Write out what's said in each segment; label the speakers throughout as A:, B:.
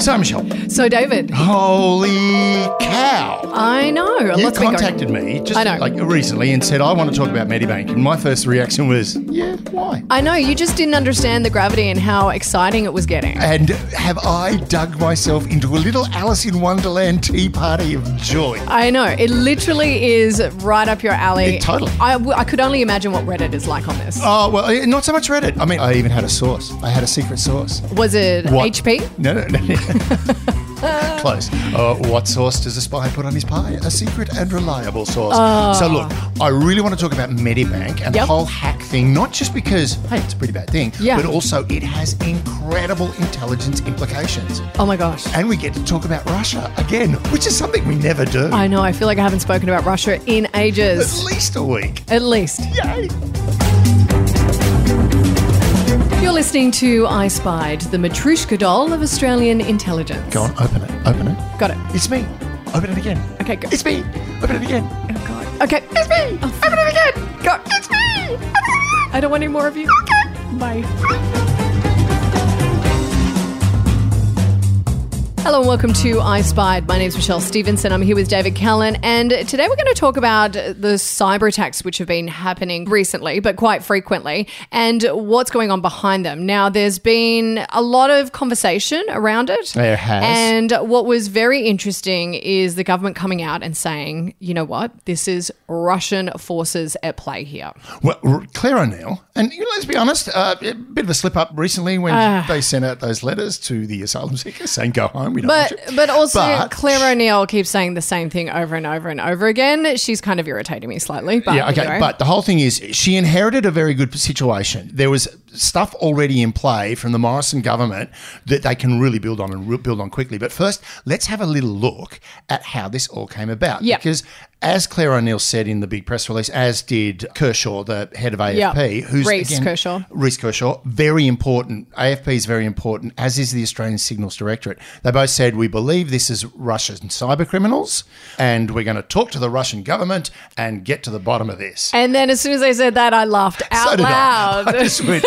A: So, Michelle,
B: So, David,
A: holy cow.
B: I know. A
A: You
B: lot's been going-
A: contacted me just
B: I know.
A: like recently and said, I want to talk about Medibank. And my first reaction was, yeah, why?
B: I know. You just didn't understand the gravity and how exciting it was getting.
A: And have I dug myself into a little Alice in Wonderland tea party of joy?
B: I know. It literally is right up your alley.
A: Yeah, totally.
B: I, w- I could only imagine what Reddit is like on this.
A: Oh, well, eh, not so much Reddit. I mean, I even had a source. I had a secret source.
B: was it
A: What-
B: HP?
A: No, no, no. Close. Uh, what sauce does a spy put on his pie? A secret and reliable sauce. So, look, I really want to talk about Medibank and the
B: Yep.
A: whole hack thing, not just because, hey, it's a pretty bad thing,
B: Yeah.
A: but also it has incredible intelligence implications.
B: Oh my gosh.
A: And we get to talk about Russia again, which is something we never do.
B: I know. I feel like I haven't spoken about Russia in
A: At
B: ages.
A: least a week.
B: At least.
A: Yay!
B: You're listening to I Spied, the Matryoshka doll of Australian intelligence.
A: Go on, open it, open it.
B: Got it.
A: It's me. Open it again.
B: Okay, go.
A: It's me. Open it again.
B: Oh God. Okay. It's me. Oh, Open it again. Go. It's me. I don't want any more of you. Okay. Bye. Hello and welcome to I Spied. My name's Michelle Stevenson. I'm here with David Callan, and today we're going to talk about the cyber attacks which have been happening recently, but quite frequently, and what's going on behind them. Now, there's been a lot of conversation around it.
A: There has.
B: And what was very interesting is the government coming out and saying, you know what, this is Russian forces at play here.
A: Well, R- Claire O'Neill, and you know, let's be honest, uh, a bit of a slip up recently when
B: Ah.
A: they sent out those letters to the asylum seekers saying, go home, we don't
B: But
A: want you.
B: but also
A: But-
B: Claire O'Neill keeps saying the same thing over and over and over again. She's kind of irritating me slightly. But
A: Yeah, okay.
B: anyway.
A: But the whole thing is she inherited a very good situation. There was stuff already in play from the Morrison government that they can really build on and re- build on quickly. But first, let's have a little look at how this all came about.
B: Yeah.
A: Because as Claire O'Neill said in the big press release, as did Kershaw, the head of AFP,
B: Yeah.
A: who's
B: Reece
A: again-
B: Kershaw.
A: Reese Kershaw, very important. AFP is very important, as is the Australian Signals Directorate. They both said, We believe this is Russian cyber criminals, and we're going to talk to the Russian government and get to the bottom of this.
B: and then as soon as I said that, I laughed out
A: So did I.
B: loud.
A: I just went,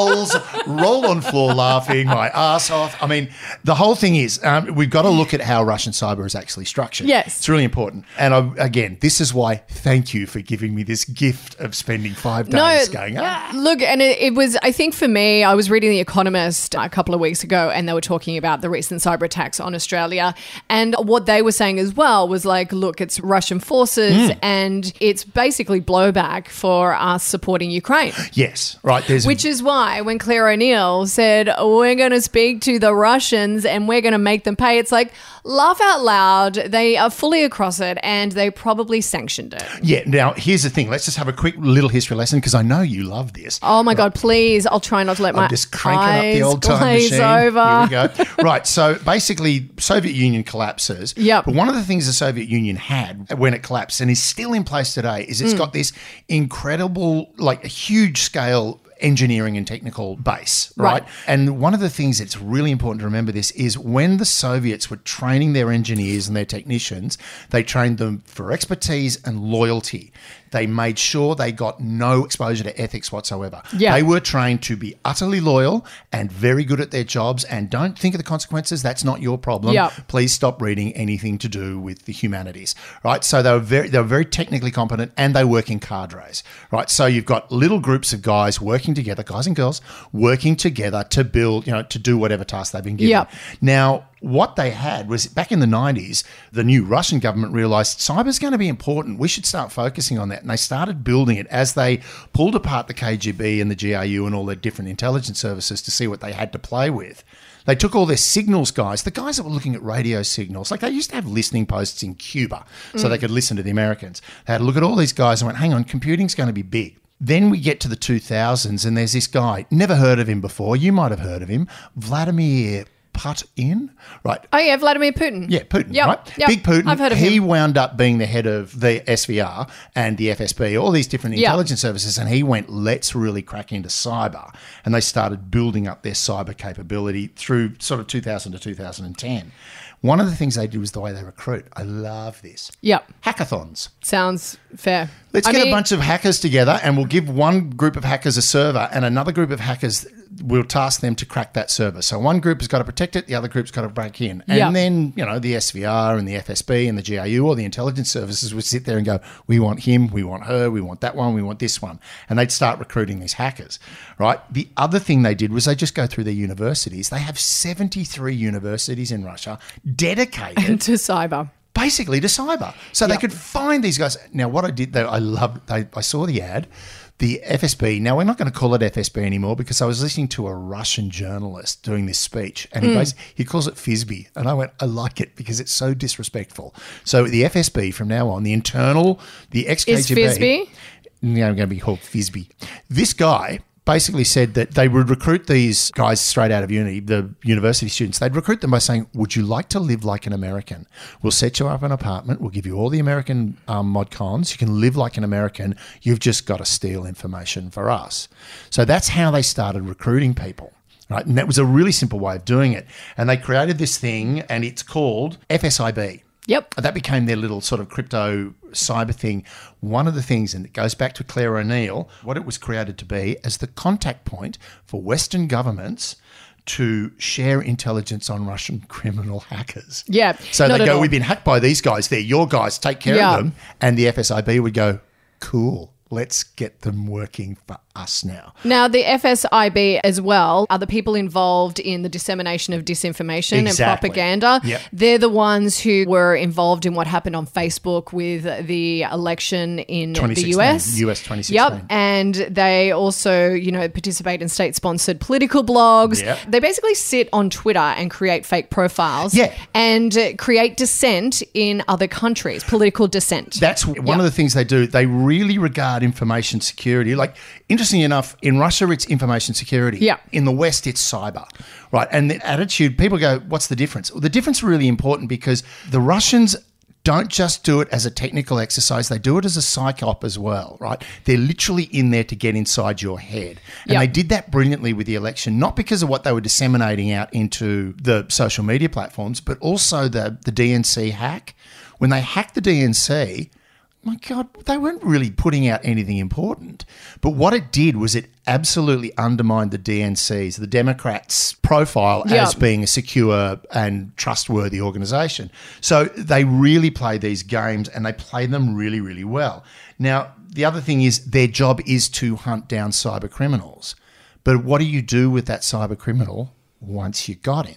A: lols, roll on floor laughing my ass off. I mean, the whole thing is um, we've got to look at how Russian cyber is actually structured.
B: Yes.
A: It's really important. And I, again, this is why thank you for giving me this gift of spending five days going, ah.
B: Look, and it, it was, I think for me, I was reading The Economist a couple of weeks ago, and they were talking about the recent cyber attacks on Australia. And what they were saying as well was like, look, it's Russian forces,
A: Hmm.
B: and it's basically blowback for us supporting Ukraine.
A: Yes, right. There's
B: Which is why when Claire O'Neill said, We're going to speak to the Russians and we're going to make them pay, it's like, laugh out loud. They are fully across it and they probably sanctioned it.
A: Yeah. Now, here's the thing. Let's just have a quick little history lesson because I know you love this.
B: Oh my God, please. I'll try not to let my
A: I'm just cranking up the
B: eyes
A: old time
B: glaze
A: machine.
B: over.
A: Here we go. right. So basically, Soviet Union collapses.
B: Yep.
A: But one of the things the Soviet Union had when it collapsed and is still in place today is
B: Hmm.
A: it's got this incredible, like a huge scale engineering and technical base, right?
B: Right.
A: And one of the things that's really important to remember this is when the Soviets were training their engineers and their technicians, they trained them for expertise and loyalty. They made sure they got no exposure to ethics whatsoever.
B: Yeah.
A: They were trained to be utterly loyal and very good at their jobs and don't think of the consequences. That's not your problem.
B: Yep.
A: Please stop reading anything to do with the humanities. Right. So they were very they were very technically competent and they work in cadres. Right. So you've got little groups of guys working together, guys and girls, working together to build, you know, to do whatever task they've been given.
B: Yep.
A: Now, what they had was back in the 90s, the new Russian government realized cyber's going to be important. We should start focusing on that. And they started building it as they pulled apart the KGB and the GRU and all their different intelligence services to see what they had to play with. They took all their signals guys, the guys that were looking at radio signals, like they used to have listening posts in Cuba so they could listen to the Americans. They had a look at all these guys and went, hang on, computing's going to be big. Then we get to the 2000s, and there's this guy, never heard of him before. You might have heard of him, Vladimir Putin. Right.
B: Oh, yeah, Vladimir Putin.
A: Yeah, Putin,
B: Yep,
A: right?
B: yep.
A: Big Putin.
B: I've heard of
A: he
B: him.
A: wound up being the head of the SVR and the FSB, all these different
B: Yeah.
A: intelligence services, and he went, let's really crack into cyber. And they started building up their cyber capability through sort of 2000 to 2010. One of the things they did was the way they recruit. I love this.
B: Yep.
A: Hackathons.
B: Sounds fair.
A: Let's
B: I
A: get a
B: mean-
A: bunch of hackers together and we'll give one group of hackers a server and another group of hackers we'll task them to crack that server. So one group has got to protect it, the other group's got to break in. And
B: Yeah.
A: then, you know, the SVR and the FSB and the GIU or the intelligence services would sit there and go, we want him, we want her, we want that one, we want this one. And they'd start recruiting these hackers, right? The other thing they did was they just go through their universities. They have 73 universities in Russia dedicated
B: to cyber.
A: basically to cyber. So they could find these guys. Now, what I did though, I loved, they, I saw the ad, the FSB. Now, we're not going to call it FSB anymore because I was listening to a Russian journalist doing this speech and he, basi- he calls it FISB. And I went, I like it because it's so disrespectful. So the FSB from now on, the internal, the XKGB.
B: Is Fisby?
A: Now I'm going to be called Fisby. This guy basically said that they would recruit these guys straight out of uni, the university students. They'd recruit them by saying, "Would you like to live like an American? We'll set you up an apartment. We'll give you all the American um, mod cons. You can live like an American. You've just got to steal information for us." So that's how they started recruiting people. Right, and that was a really simple way of doing it. And they created this thing, and it's called FSIB.
B: Yep.
A: And that became their little sort of crypto cyber thing. One of the things, and it goes back to Claire O'Neill, what it was created to be as the contact point for Western governments to share intelligence on Russian criminal hackers.
B: Yeah,
A: So
B: not
A: they
B: at
A: go,
B: all.
A: We've been hacked by these guys. They're your guys. Take care
B: Yeah.
A: of them. And the FSIB would go, Cool. Let's get them working for us now.
B: Now, the FSIB as well are the people involved in the dissemination of
A: Exactly.
B: disinformation and propaganda.
A: Yep.
B: They're the ones who were involved in what happened on Facebook with the election in the
A: 2016,
B: US.
A: US 2016.
B: Yep. And they also, you know, participate in state sponsored political blogs.
A: Yep.
B: They basically sit on Twitter and create fake profiles
A: Yeah.
B: and uh, create dissent in other countries, political dissent.
A: That's one of the things they do. They really regard information security. Like, interestingly enough, in Russia, it's information security.
B: Yeah.
A: In the West, it's cyber. Right. And the attitude, people go, what's the difference? Well, the difference is really important because the Russians don't just do it as a technical exercise, they do it as a psych op as well, right? They're literally in there to get inside your head. And
B: Yeah.
A: they did that brilliantly with the election, not because of what they were disseminating out into the social media platforms, but also the, the DNC hack. When they hacked the DNC, my God, they weren't really putting out anything important. But what it did was it absolutely undermined the DNC's, the Democrats' profile
B: Yeah.
A: as being a secure and trustworthy organization. So they really play these games and they play them really, really well. Now, the other thing is their job is to hunt down cyber criminals. But what do you do with that cyber criminal once you got him?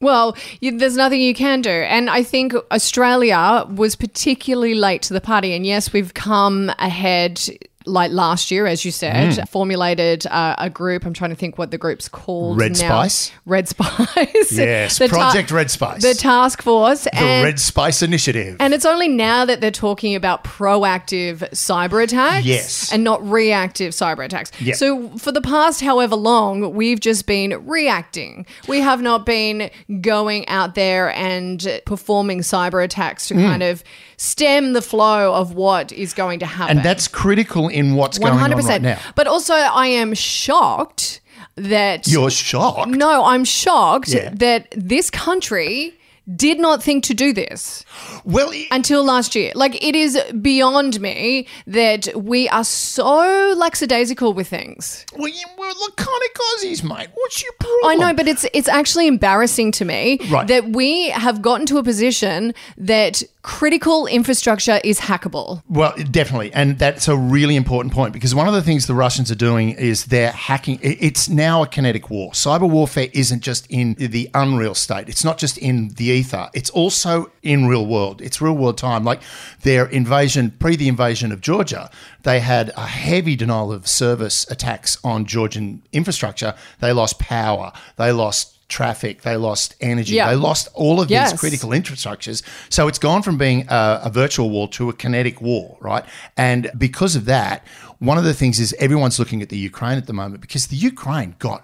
B: Well, you, there's nothing you can do. And I think Australia was particularly late to the party. And yes, we've come ahead. Like last year, as you said,
A: Mm.
B: formulated uh, a group. I'm trying to think what the group's called.
A: Red
B: now.
A: Spice?
B: Red Spice.
A: Yes,
B: The ta-
A: Project Red Spice.
B: The task force.
A: the
B: and
A: Red Spice Initiative.
B: and it's only now that they're talking about proactive cyber attacks
A: Yes.
B: and not reactive cyber attacks.
A: Yeah.
B: So, for the past however long, we've just been reacting. We have not been going out there and performing cyber attacks
A: Hmm.
B: to kind of stem the flow of what is going to happen.
A: and that's critical in what's going on right now.
B: But also, I am shocked that.
A: You're shocked.
B: no, I'm shocked
A: Yeah.
B: that this country did not think to do this.
A: Well, i-
B: until last year. Like it is beyond me that we are so lackadaisical with things.
A: well, you were laconic Aussies, mate. What's your problem?
B: I know, but it's it's actually embarrassing to me
A: Oh. Right.
B: that we have gotten to a position that critical infrastructure is hackable.
A: Well, definitely. And that's a really important point because one of the things the Russians are doing is they're hacking. i- It's now a kinetic war. Cyber warfare isn't just in the unreal state, it's not just in the ether, it's also in real world. It's real world time. Like their invasion, pre the invasion of Georgia, they had a heavy denial of service attacks on Georgian infrastructure. They lost power, they lost traffic, they lost energy,
B: Yeah.
A: they lost all of
B: Yes.
A: these critical critical infrastructures. So it's gone from being a, a virtual wall to a kinetic war, right? And because of that, one of the things is everyone's looking at the Ukraine at the moment because the Ukraine got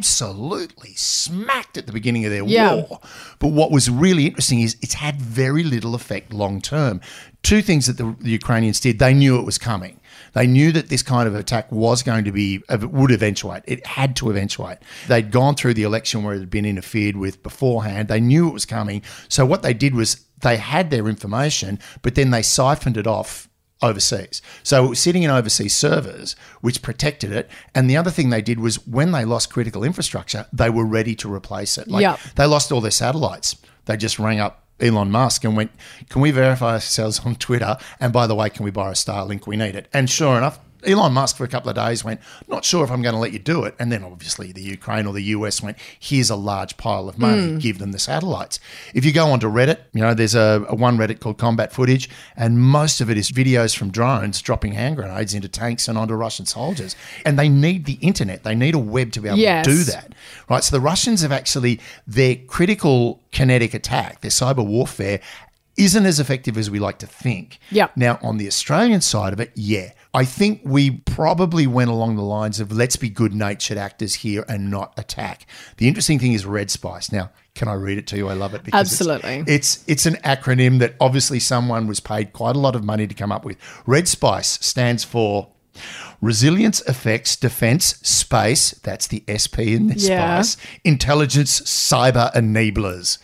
A: absolutely smacked at the beginning of their
B: Yeah.
A: war. But what was really interesting is it's had very little effect long term. Two things that the, the Ukrainians did, they knew it was coming. They knew that this kind of attack was going to be, it would eventuate. It had to eventuate. They'd gone through the election where it had been interfered with beforehand. They knew it was coming. So what they did was they had their information, but then they siphoned it off overseas. So it was sitting in overseas servers, which protected it. And the other thing they did was when they lost critical infrastructure, they were ready to replace it. Like
B: Yep.
A: they lost all their satellites. They just rang up Elon Musk and went, Can we verify ourselves on Twitter? And by the way, can we borrow Starlink? We need it. And sure enough, Elon Musk for a couple of days went, Not sure if I'm going to let you do it. And then obviously the Ukraine or the US went, Here's a large pile of money, give them the satellites. If you go onto Reddit, you know, there's a, a one Reddit called Combat Footage, and most of it is videos from drones dropping hand grenades into tanks and onto Russian soldiers. And they need the internet, they need a web to be able
B: Yes.
A: to do that right? So the Russians have actually their critical kinetic attack, their cyber warfare, isn't as effective as we like to think.
B: Yep.
A: Now on the Australian side of it, yeah, I think we probably went along the lines of let's be good-natured actors here and not attack. The interesting thing is red spice. Now, can I read it to you? I love it because it's-
B: Absolutely.
A: it's it's an acronym that obviously someone was paid quite a lot of money to come up with. Red Spice stands for Resilience Effects Defense Space. That's the SP in this
B: Yeah.
A: spice. Intelligence Cyber Enablers.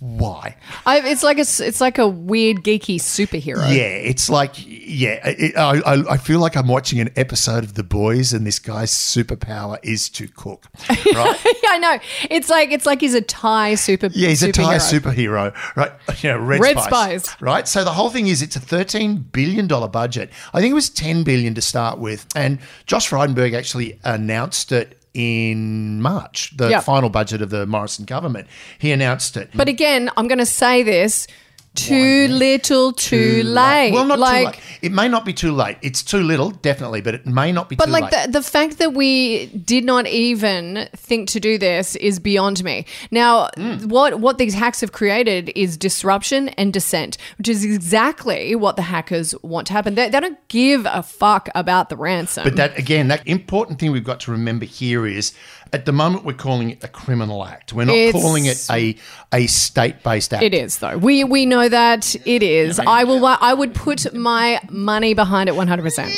A: Why?
B: I, it's like a s- it's like a weird geeky superhero.
A: Yeah, it's like yeah. It, I, I I feel like I'm watching an episode of The Boys, and this guy's superpower is to cook. Right?
B: Yeah, I know. It's like it's like he's a Thai super.
A: Yeah, he's a Thai
B: superhero.
A: superhero, right? You know, Red,
B: Red
A: Spice,
B: Spice.
A: right? So the whole thing is it's a thirteen billion dollar budget. I think it was ten billion to start with, and Josh Frydenberg actually announced it in March, the
B: Yep.
A: final budget of the Morrison government. He announced it.
B: But again, I'm going to say this: too little, too, late.
A: well, not
B: like,
A: too late. It may not be too late. It's too little, definitely, but it may not be
B: But
A: too
B: like
A: late.
B: the, the fact that we did not even think to do this is beyond me. Now,
A: Hmm.
B: what what these hacks have created is disruption and dissent, which is exactly what the hackers want to happen. They, they don't give a fuck about the ransom.
A: But that again, that important thing we've got to remember here is at the moment we're calling it a criminal act. We're not
B: It's-
A: calling it a a state based act.
B: it is though. We we know that it is. I will. wa- I would put my money behind it one hundred percent.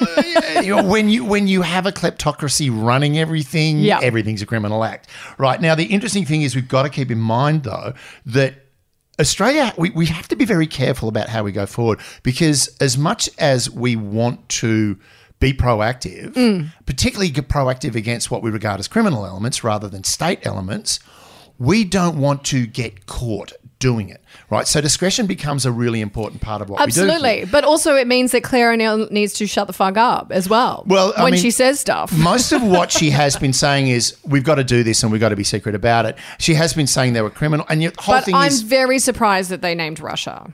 A: You know, when you when you have a kleptocracy running everything,
B: Yeah.
A: everything's a criminal act. Right now, the interesting thing is we've got to keep in mind though that Australia we, we have to be very careful about how we go forward because as much as we want to be proactive,
B: Mm.
A: particularly get proactive against what we regard as criminal elements rather than state elements, we don't want to get caught doing it. Right, so discretion becomes a really important part of what we do. here.
B: Absolutely. But also, it means that Claire O'Neill needs to shut the fuck up as well.
A: Well, I
B: when
A: mean-
B: she says stuff.
A: Most of what she has been saying is we've got to do this and we've got to be secret about it. She has been saying they were criminal, and yet the whole
B: But
A: thing
B: I'm
A: is
B: very surprised that they named Russia.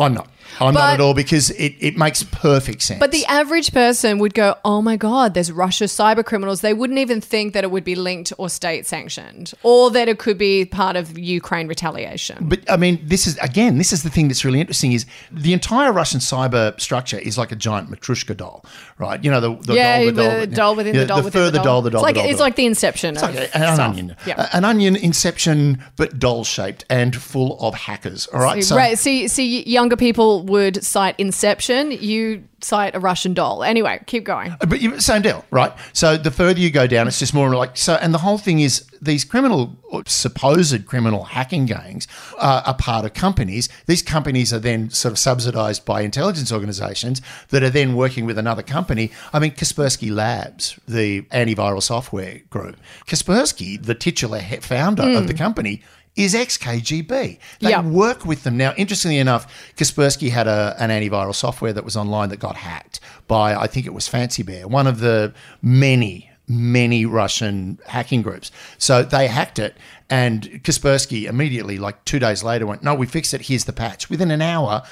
A: I'm not, I'm
B: But-
A: not at all because it, it makes perfect sense.
B: But the average person would go, "Oh my god, there's Russia cyber criminals." They wouldn't even think that it would be linked or state sanctioned, or that it could be part of Ukraine retaliation.
A: but I mean, this is again, this is the thing that's really interesting is the entire Russian cyber structure is like a giant matryoshka doll, right? You know, the, the
B: yeah,
A: doll, the
B: with
A: doll,
B: the doll within
A: yeah,
B: the doll
A: the
B: within
A: further
B: the
A: doll, the doll, the
B: It's like
A: doll,
B: it's
A: the-
B: like the inception.
A: It's
B: of
A: like a- an
B: stuff.
A: onion, Uh,
B: Yeah.
A: A- an onion inception, but doll shaped and full of hackers. All right, uh, so
B: right. See, see, younger people would cite Inception. You cite a Russian doll. Anyway, keep going.
A: Uh, But you, same deal, right? So the further you go down, it's just more like so. And the whole thing is these criminal, or supposed criminal hacking gangs uh, are part of companies. These companies are then sort of subsidized by intelligence organizations that are then working with another company. I mean, Kaspersky Labs, the antiviral software group, Kaspersky, the titular he- founder of the company. Is ex KGB. They
B: Yeah.
A: work with them. Now, interestingly enough, Kaspersky had a, an antiviral software that was online that got hacked by, I think it was Fancy Bear, one of the many, many Russian hacking groups. So they hacked it, and Kaspersky immediately, like two days later, went, No, we fixed it. Here's the patch. Within an hour,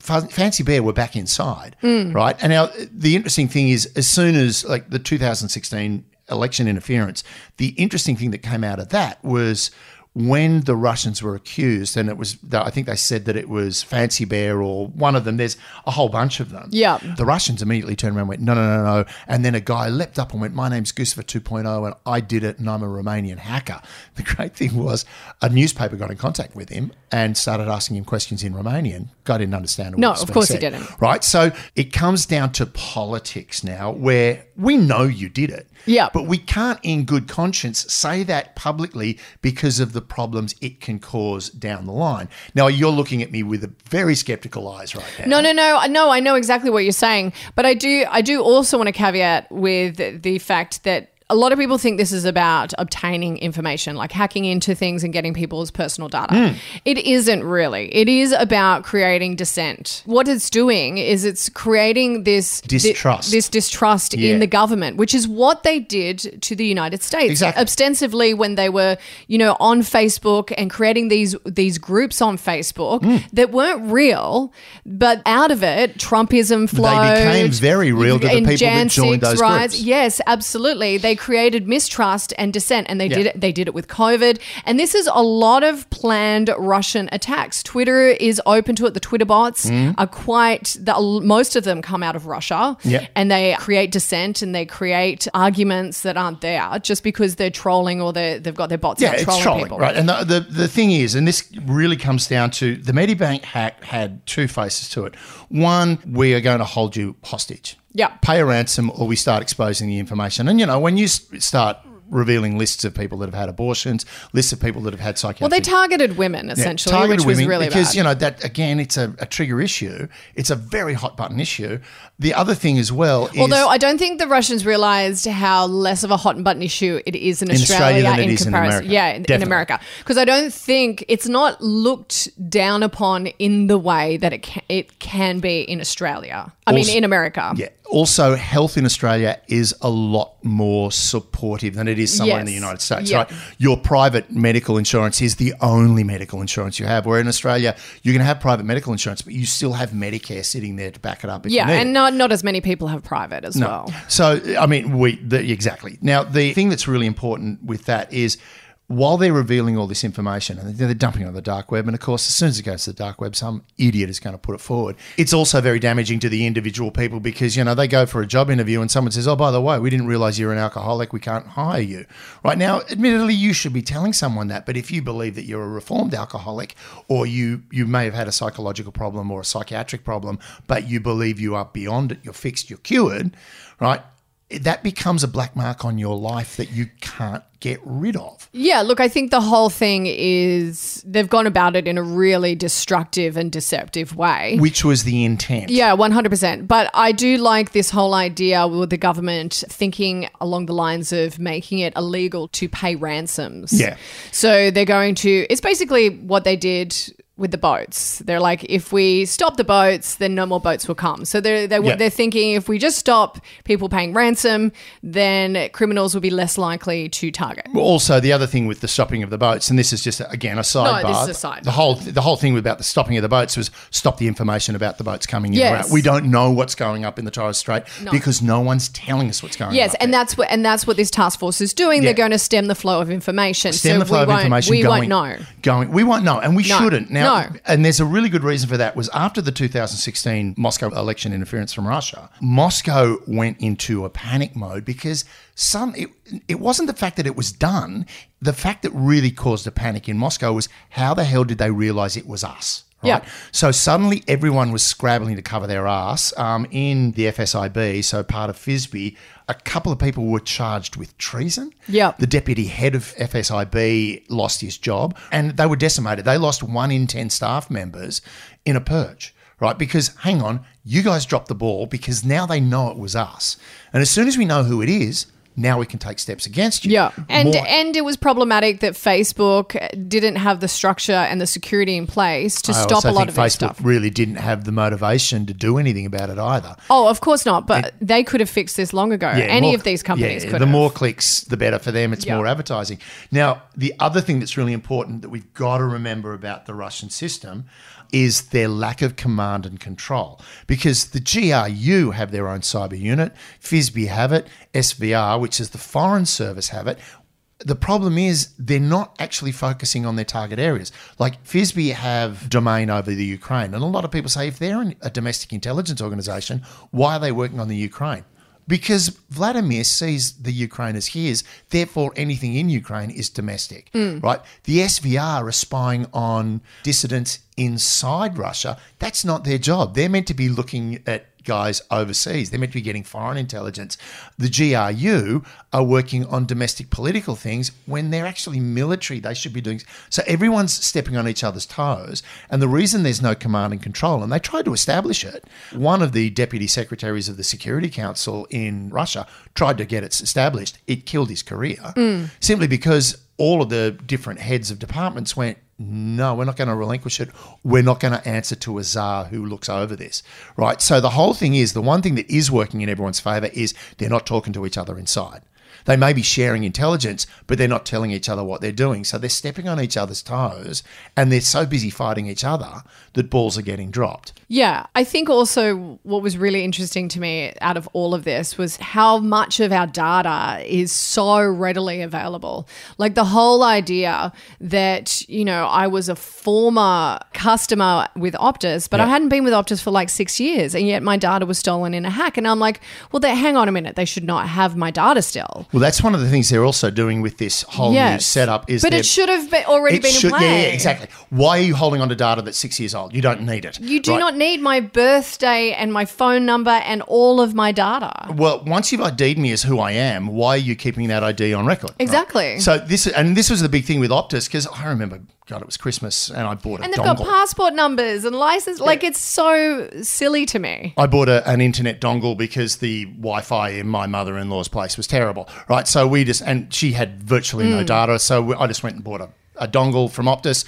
A: Fa- Fancy Bear were back inside, right? And now the interesting thing is, as soon as like the 2016 election interference, the interesting thing that came out of that was when the Russians were accused, and it was I think they said that it was Fancy Bear or one of them. There's a whole bunch of them.
B: Yeah.
A: The Russians immediately turned around and went, no, no, no, no. And then a guy leapt up and went, my name's Gusev 2.0 and I did it and I'm a Romanian hacker. The great thing was a newspaper got in contact with him and started asking him questions in Romanian. Guy didn't understand what
B: No,
A: was
B: of
A: being
B: course he
A: said,
B: didn't.
A: Right? So it comes down to politics now where we know you did it.
B: Yeah.
A: But we can't in good conscience say that publicly because of the problems it can cause down the line. Now, you're looking at me with a very skeptical eyes right now.
B: No, no, no, I- no. I know exactly what you're saying, but I do, I do also want to caveat with the fact that a lot of people think this is about obtaining information, like hacking into things and getting people's personal data.
A: Hmm.
B: It isn't really. It is about creating dissent. What it's doing is it's creating this thi-
A: Distrust.
B: this distrust
A: Yeah.
B: in the government, which is what they did to the United States
A: Exactly.
B: extensively when they were, you know, on Facebook and creating these these groups on Facebook
A: Mm.
B: that weren't real, but out of it, Trumpism flowed.
A: became very real to the
B: and
A: people that joined those groups.
B: Yes, absolutely. They created mistrust and dissent, and they did it. They did it with COVID, and this is a lot of planned Russian attacks. Twitter is open to it. The Twitter bots
A: Mm-hmm.
B: are quite. The, most of them come out of Russia,
A: Yep.
B: and they create dissent and they create arguments that aren't there just because they're trolling or they they've got their bots out
A: yeah,
B: trolling,
A: it's trolling,
B: people.
A: right? And the, the the thing is, and this really comes down to the Medibank hack had two faces to it. One, we are going to hold you hostage.
B: Yeah.
A: pay a ransom, or we start exposing the information. And you know, when you s- start revealing lists of people that have had abortions, lists of people that have had psychiatric
B: Well, they targeted women essentially,
A: targeted
B: which was
A: women
B: really
A: because
B: bad.
A: you know that again, it's a, a trigger issue. It's a very hot button issue. The other thing as well is
B: Although I don't think the Russians realised how less of a hot and button issue it is in,
A: Australia
B: Australia
A: than it
B: in
A: is in
B: comparison.
A: America.
B: Yeah, in, in
A: Definitely.
B: America, because I don't think it's not looked down upon in the way that it can, it can be in Australia. I
A: Also-
B: mean, in America.
A: Yeah. Also, health in Australia is a lot more supportive than it is somewhere in the
B: Yes.
A: United States,
B: Yeah.
A: right? Your private medical insurance is the only medical insurance you have. Where in Australia, you can have private medical insurance, but you still have Medicare sitting there to back it up. If
B: Yeah,
A: you need
B: and
A: it.
B: not not as many people have private as well.
A: So, I mean, we the, exactly. Now, the thing that's really important with that is while they're revealing all this information and they're dumping it on the dark web, and of course, as soon as it goes to the dark web, some idiot is going to put it forward. It's also very damaging to the individual people because you know they go for a job interview and someone says, "Oh, by the way, we didn't realize you're an alcoholic. We can't hire you." Right now, admittedly, you should be telling someone that, but if you believe that you're a reformed alcoholic or you you may have had a psychological problem or a psychiatric problem, but you believe you are beyond it, you're fixed, you're cured, right? That becomes a black mark on your life that you can't get rid of.
B: Yeah, look, I think the whole thing is they've gone about it in a really destructive and deceptive way.
A: which was the intent.
B: Yeah, 100%. But I do like this whole idea with the government thinking along the lines of making it illegal to pay ransoms.
A: Yeah.
B: So they're going to, it's basically what they did with the boats. They're like, if we stop the boats, then no more boats will come. So they're, they,
A: Yeah.
B: they're thinking if we just stop people paying ransom, then criminals will be less likely to target.
A: Also, the other thing with the stopping of the boats, and this is just again a sidebar.
B: this is a sidebar.
A: The whole the whole thing about the stopping of the boats was stop the information about the boats coming in. or
B: Yes.
A: out. We don't know what's going up in the Torres Strait because no one's telling us what's going.
B: Yes,
A: up
B: and
A: there.
B: that's what and that's what this task force is doing.
A: Yeah.
B: They're going to stem the flow of information.
A: Send
B: so
A: the flow
B: we
A: of
B: won't,
A: information
B: we
A: going,
B: won't know.
A: Going, we won't know, and we
B: No.
A: shouldn't now.
B: No.
A: And there's a really good reason for that. Was after the 2016 Moscow election interference from Russia, Moscow went into a panic mode because some. It, it wasn't the fact that it was done. The fact that really caused a panic in Moscow was how the hell did they realize it was us? Right?
B: Yeah.
A: So suddenly everyone was scrabbling to cover their ass. Um, in the FSIB, so part of FISB, a couple of people were charged with treason.
B: Yeah.
A: The deputy head of FSIB lost his job and they were decimated. They lost one in 10 staff members in a purge, right? Because hang on, you guys dropped the ball because now they know it was us. And as soon as we know who it is, now we can take steps against you.
B: Yeah, and
A: More-
B: and it was problematic that Facebook didn't have the structure and the security in place to
A: I
B: stop
A: also
B: a lot
A: think
B: of
A: Facebook
B: this stuff.
A: really didn't have the motivation to do anything about it either.
B: Oh, of course not. But they could have fixed this long ago.
A: Yeah,
B: Any
A: more-
B: of these companies
A: yeah,
B: could.
A: The
B: have.
A: more clicks, the better for them. It's
B: Yeah.
A: more advertising. Now, the other thing that's really important that we've got to remember about the Russian system is their lack of command and control. Because the GRU have their own cyber unit, FISB have it, SVR, which is the Foreign Service, have it. The problem is they're not actually focusing on their target areas. Like FISB have domain over the Ukraine, and a lot of people say if they're an, a domestic intelligence organization, why are they working on the Ukraine? Because Vladimir sees the Ukraine as his, therefore anything in Ukraine is domestic, right? The SVR are spying on dissidents inside Russia. That's not their job. They're meant to be looking at guys overseas. They're meant to be getting foreign intelligence. The GRU are working on domestic political things when they're actually military. They should be doing so. Everyone's stepping on each other's toes. And the reason there's no command and control, and they tried to establish it, one of the deputy secretaries of the Security Council in Russia tried to get it established. It killed his career simply because all of the different heads of departments went, no, we're not going to relinquish it. We're not going to answer to a czar who looks over this, right? So the whole thing is the one thing that is working in everyone's favor is they're not talking to each other inside. They may be sharing intelligence, but they're not telling each other what they're doing. So they're stepping on each other's toes and they're so busy fighting each other that balls are getting dropped.
B: Yeah. I think also what was really interesting to me out of all of this was how much of our data is so readily available. Like the whole idea that, you know, I was a former customer with Optus, but I
A: Yeah.
B: hadn't been with Optus for like six years and yet my data was stolen in a hack. And I'm like, well, they, hang on a minute. They should not have my data still.
A: Well, that's one of the things they're also doing with this whole new
B: Yes.
A: setup is
B: but
A: they're-
B: it should have been already
A: It
B: been
A: should-
B: in
A: yeah,
B: play.
A: yeah, exactly. Why are you holding on to data that's six years old? You don't need it.
B: You do
A: right?
B: not need my birthday and my phone number and all of my data.
A: Well, once you've ID'd me as who I am, why are you keeping that ID on record? right?
B: Exactly.
A: So this and this was the big thing with Optus because I remember, God, it was Christmas and I bought a
B: And they've
A: dongle.
B: got passport numbers and license. Like it's so silly to me.
A: I bought a, an internet dongle because the Wi-Fi in my mother-in-law's place was terrible, right? So we just and she had virtually no data, so we, I just went and bought a, a dongle from Optus.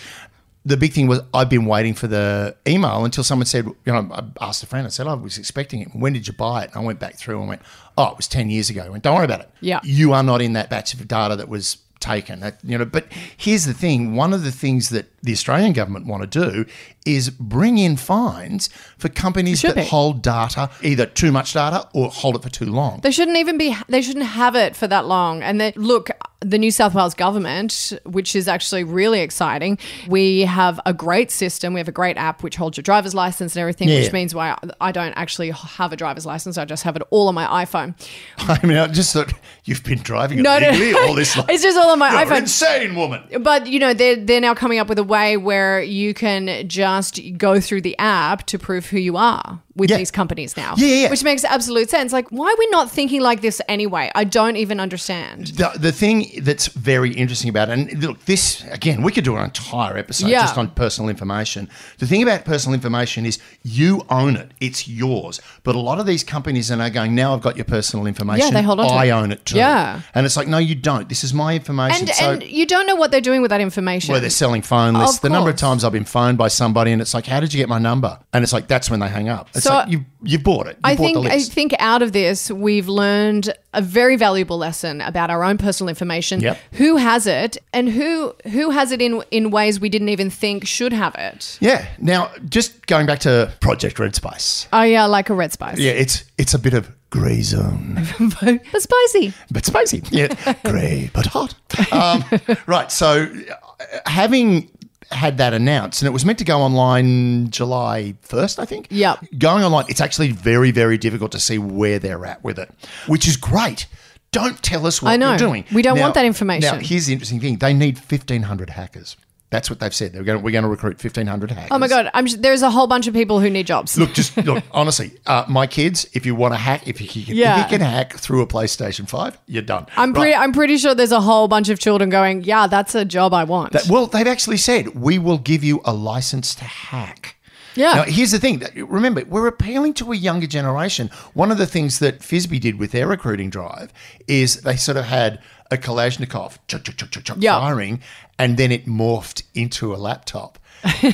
A: The big thing was I've been waiting for the email until someone said, you know, I asked a friend, I said, I was expecting it. When did you buy it? And I went back through and went, oh, it was 10 years ago. I went, don't worry about it.
B: Yeah.
A: You are not in that batch of data that was taken. That, you know, but here's the thing. One of the things that the Australian government want to do is bring in fines for companies
B: Should
A: that
B: be.
A: hold hold data, either too much data or hold it for too long.
B: They shouldn't even be. They shouldn't have it for that long. And they, look, the New South Wales government, which is actually really exciting, we have a great system. We have a great app which holds your driver's license and everything,
A: Yeah.
B: which means why I don't actually have a driver's license. I just have it all on my iPhone.
A: I mean, I just thought you've been driving it
B: No, no.
A: legally all this life.
B: It's just all on my
A: You're
B: iPhone.
A: an insane woman.
B: but you know they're they're now coming up with a way where you can just go through the app to prove who you are with
A: Yeah.
B: these companies now.
A: Yeah, yeah, yeah.
B: which makes absolute sense. Like, why are we not thinking like this anyway? I don't even understand.
A: The, the thing that's very interesting about it, and look, this again, we could do an entire episode
B: Yeah.
A: just on personal information. The thing about personal information is you own it; it's yours. But a lot of these companies are now going, "Now I've got your personal information.
B: they hold on to
A: I
B: it."
A: own it too."
B: Yeah.
A: and it's like, no, you don't. This is my information.
B: And
A: so
B: and you don't know what they're doing with that information.
A: where they're selling phone lists.
B: Of
A: the number of
B: course.
A: times I've been phoned by somebody and it's like, how did you get my number? And it's like, that's when they hang up. It's
B: So-
A: like, you, you bought it. You
B: I
A: bought
B: think
A: the
B: I
A: list.
B: think out of this we've learned a very valuable lesson about our own personal information.
A: Yep.
B: Who has it and who who has it in in ways we didn't even think should have it.
A: yeah. Now, just going back to Project Red Spice.
B: Oh yeah, like a red spice.
A: Yeah, it's it's a bit of grey zone,
B: But spicy.
A: but spicy. Yeah, grey but hot. Um, right. So, uh, having had that announced, and it was meant to go online July first, I think.
B: Yep.
A: Going online, it's actually very very difficult to see where they're at with it, which is great. Don't tell us what
B: I know.
A: you're doing.
B: We don't want that
A: Now,
B: information.
A: here's the interesting thing: they need 1,500 hackers. That's what they've said. They're going. We're going to recruit 1,500 hackers.
B: Oh my god, I'm, there's a whole bunch of people who need jobs.
A: Look, just look. honestly, uh, my kids. If you want to hack, if you, can,
B: Yeah.
A: if you can hack through a PlayStation Five, you're done.
B: I'm
A: Right.
B: pretty. I'm pretty sure there's a whole bunch of children going. Yeah, that's a job I want.
A: That- well, they've actually said we will give you a license to hack.
B: Yeah.
A: Now, here's the thing. that- Remember, we're appealing to a younger generation. One of the things that Fisby did with their recruiting drive is they sort of had a Kalashnikov chuck, chuck, chuck, chuck, chuck,
B: Yeah.
A: firing, and then it morphed into a laptop.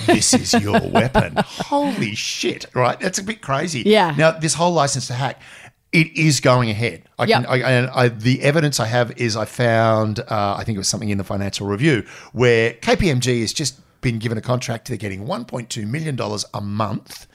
A: this is your weapon. Holy shit! Right? That's a bit crazy.
B: Yeah.
A: Now this whole license to hack, it is going ahead. I
B: Yeah.
A: can, I, and I, the evidence I have is I found, uh, I think it was something in the Financial Review, where KPMG has just been given a contract. They're getting $1.2 million a month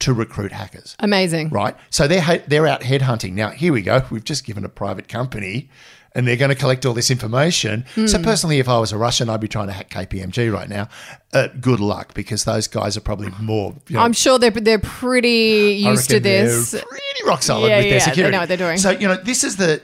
A: to recruit hackers.
B: Amazing.
A: Right, so they're ha- they're out headhunting now. Here we go. We've just given a private company, and they're going to collect all this information.
B: Hmm.
A: So personally, if I was a Russian, I'd be trying to hack KPMG right now. Uh, good luck, because those guys are probably more. You know,
B: I'm sure they're they're pretty
A: I
B: used to
A: reckon
B: this.
A: They're pretty rock solid
B: Yeah,
A: with
B: yeah,
A: their
B: they
A: security.
B: know what they're doing.
A: So you know, this is the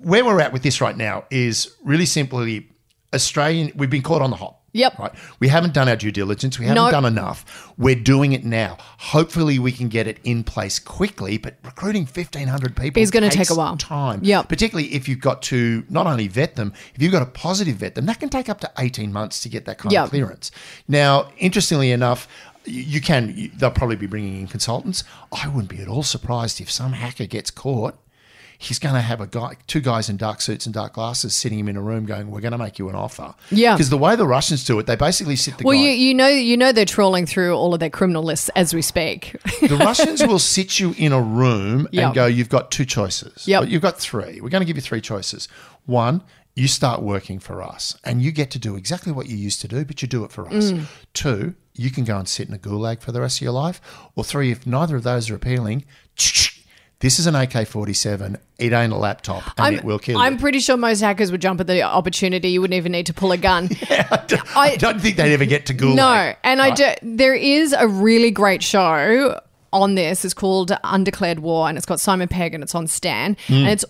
A: where we're at with this right now is really simply Australian. We've been caught on the hop.
B: Yep.
A: Right. We haven't done our due diligence. We haven't
B: No.
A: done enough. We're doing it now. Hopefully, we can get it in place quickly. But recruiting fifteen hundred people
B: Is gonna
A: takes
B: take a while.
A: Time.
B: Yep.
A: Particularly if you've got to not only vet them, if you've got a positive vet them, that can take up to eighteen months to get that kind
B: Yep.
A: of clearance. Now, interestingly enough. You you can. you- They'll probably be bringing in consultants. I wouldn't be at all surprised if some hacker gets caught. He's going to have a guy, two guys in dark suits and dark glasses, sitting him in a room, going, "We're going to make you an offer."
B: Yeah.
A: Because the way the Russians do it, they basically sit the
B: Well,
A: guy.
B: you, you know you know they're trawling through all of their criminal lists as we speak.
A: the Russians will sit you in a room
B: Yeah.
A: and go, "You've got two choices.
B: Yep.
A: Well, You've got three. We're going to give you three choices. One, you start working for us, and you get to do exactly what you used to do, but you do it for us.
B: Mm.
A: Two, you can go and sit in a gulag for the rest of your life. Or three, if neither of those are appealing, this is an AK-47. It ain't a laptop, and
B: I'm,
A: it will kill
B: I'm
A: you.
B: pretty sure most hackers would jump at the opportunity. You wouldn't even need to pull a gun.
A: I don't think they'd ever get to gulag.
B: No, and I do. There is a really great show on this. It's called Undeclared War, and it's got Simon Pegg and it's on Stan, and it's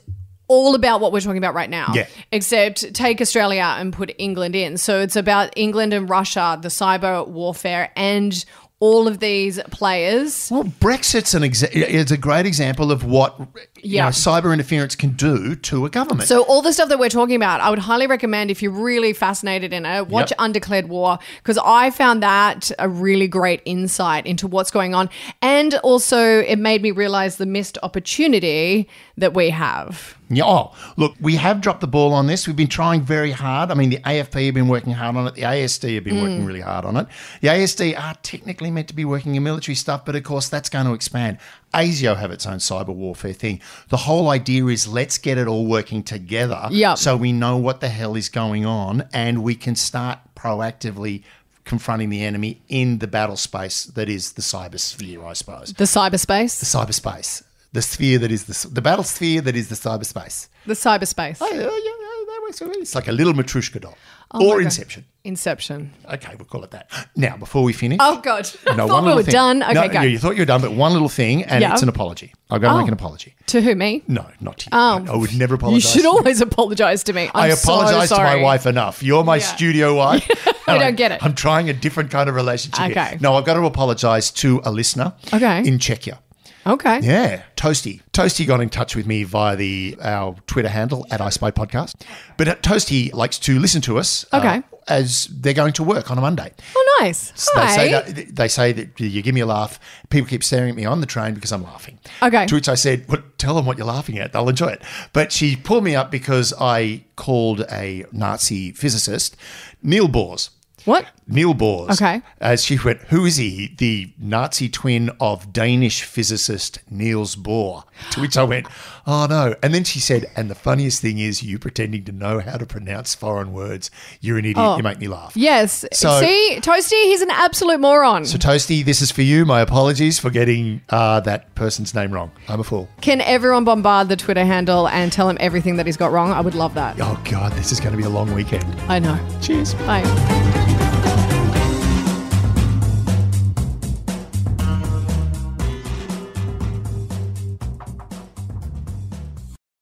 B: all about what we're talking about right now.
A: Yeah.
B: Except take Australia and put England in. So it's about England and Russia, the cyber warfare, and all of these players.
A: Well, Brexit's an exa- is a great example of what you
B: Yeah.
A: know, cyber interference can do to a government.
B: So all the stuff that we're talking about, I would highly recommend if you're really fascinated in it, watch
A: Yep.
B: Undeclared War because I found that a really great insight into what's going on, and also it made me realize the missed opportunity that we have.
A: Yeah. Oh, look, we have dropped the ball on this. We've been trying very hard. I mean, the AFP have been working hard on it. The ASD have been working really hard on it. The ASD are technically meant to be working in military stuff, but of course, that's going to expand. ASIO have its own cyber warfare thing. The whole idea is let's get it all working together
B: Yep.
A: so we know what the hell is going on and we can start proactively confronting the enemy in the battle space that is the cybersphere, I suppose.
B: The cyberspace,
A: Cyberspace. The sphere that is the, s- the battle sphere that is the cyberspace.
B: the cyberspace,
A: Oh, yeah, yeah, yeah, that works for me. It's like a little Matryoshka doll
B: Oh
A: or Inception.
B: Inception.
A: Okay, we'll call it that. Now, before we finish,
B: Oh God, I
A: no,
B: thought
A: one
B: we
A: little
B: were
A: thing.
B: done. Okay,
A: no,
B: go
A: yeah, you thought you were done, but one little thing, and
B: Yeah.
A: it's an apology. I've got to
B: Oh.
A: make an apology.
B: to who me?
A: No, not to you. I, I would never apologize.
B: You should always apologize to me. I'm
A: I
B: so
A: apologize to my
B: sorry.
A: wife enough. You're my
B: Yeah.
A: studio wife.
B: I
A: and
B: don't
A: I'm-
B: get it.
A: I'm trying a different kind of relationship. here.
B: Okay.
A: No, I've got to apologize to a listener
B: Okay.
A: in Czechia.
B: Okay.
A: Yeah, Toasty. Toasty got in touch with me via the our Twitter handle at I Spy Podcast. But uh, Toasty likes to listen to us. uh,
B: Okay.
A: as they're going to work on a Monday.
B: Oh, nice.
A: So
B: Hi.
A: They say that they say that you give me a laugh. People keep staring at me on the train because I'm laughing.
B: Okay.
A: To which I said, "Well, tell them what you're laughing at. They'll enjoy it." But she pulled me up because I called a Nazi physicist, Neil Bohr.
B: what?
A: Neil Bohr.
B: Okay.
A: As she went, who is he? The Nazi twin of Danish physicist Niels Bohr. To which I went, oh no. And then she said, and the funniest thing is you pretending to know how to pronounce foreign words. You're an idiot. You make me laugh.
B: Yes.
A: So-
B: See, Toasty, he's an absolute moron.
A: So Toasty, this is for you. My apologies for getting uh, that person's name wrong. I'm a fool.
B: Can everyone bombard the Twitter handle and tell him everything that he's got wrong? I would love that.
A: Oh God, this is going to be a long weekend.
B: I know.
A: Cheers.
B: Bye.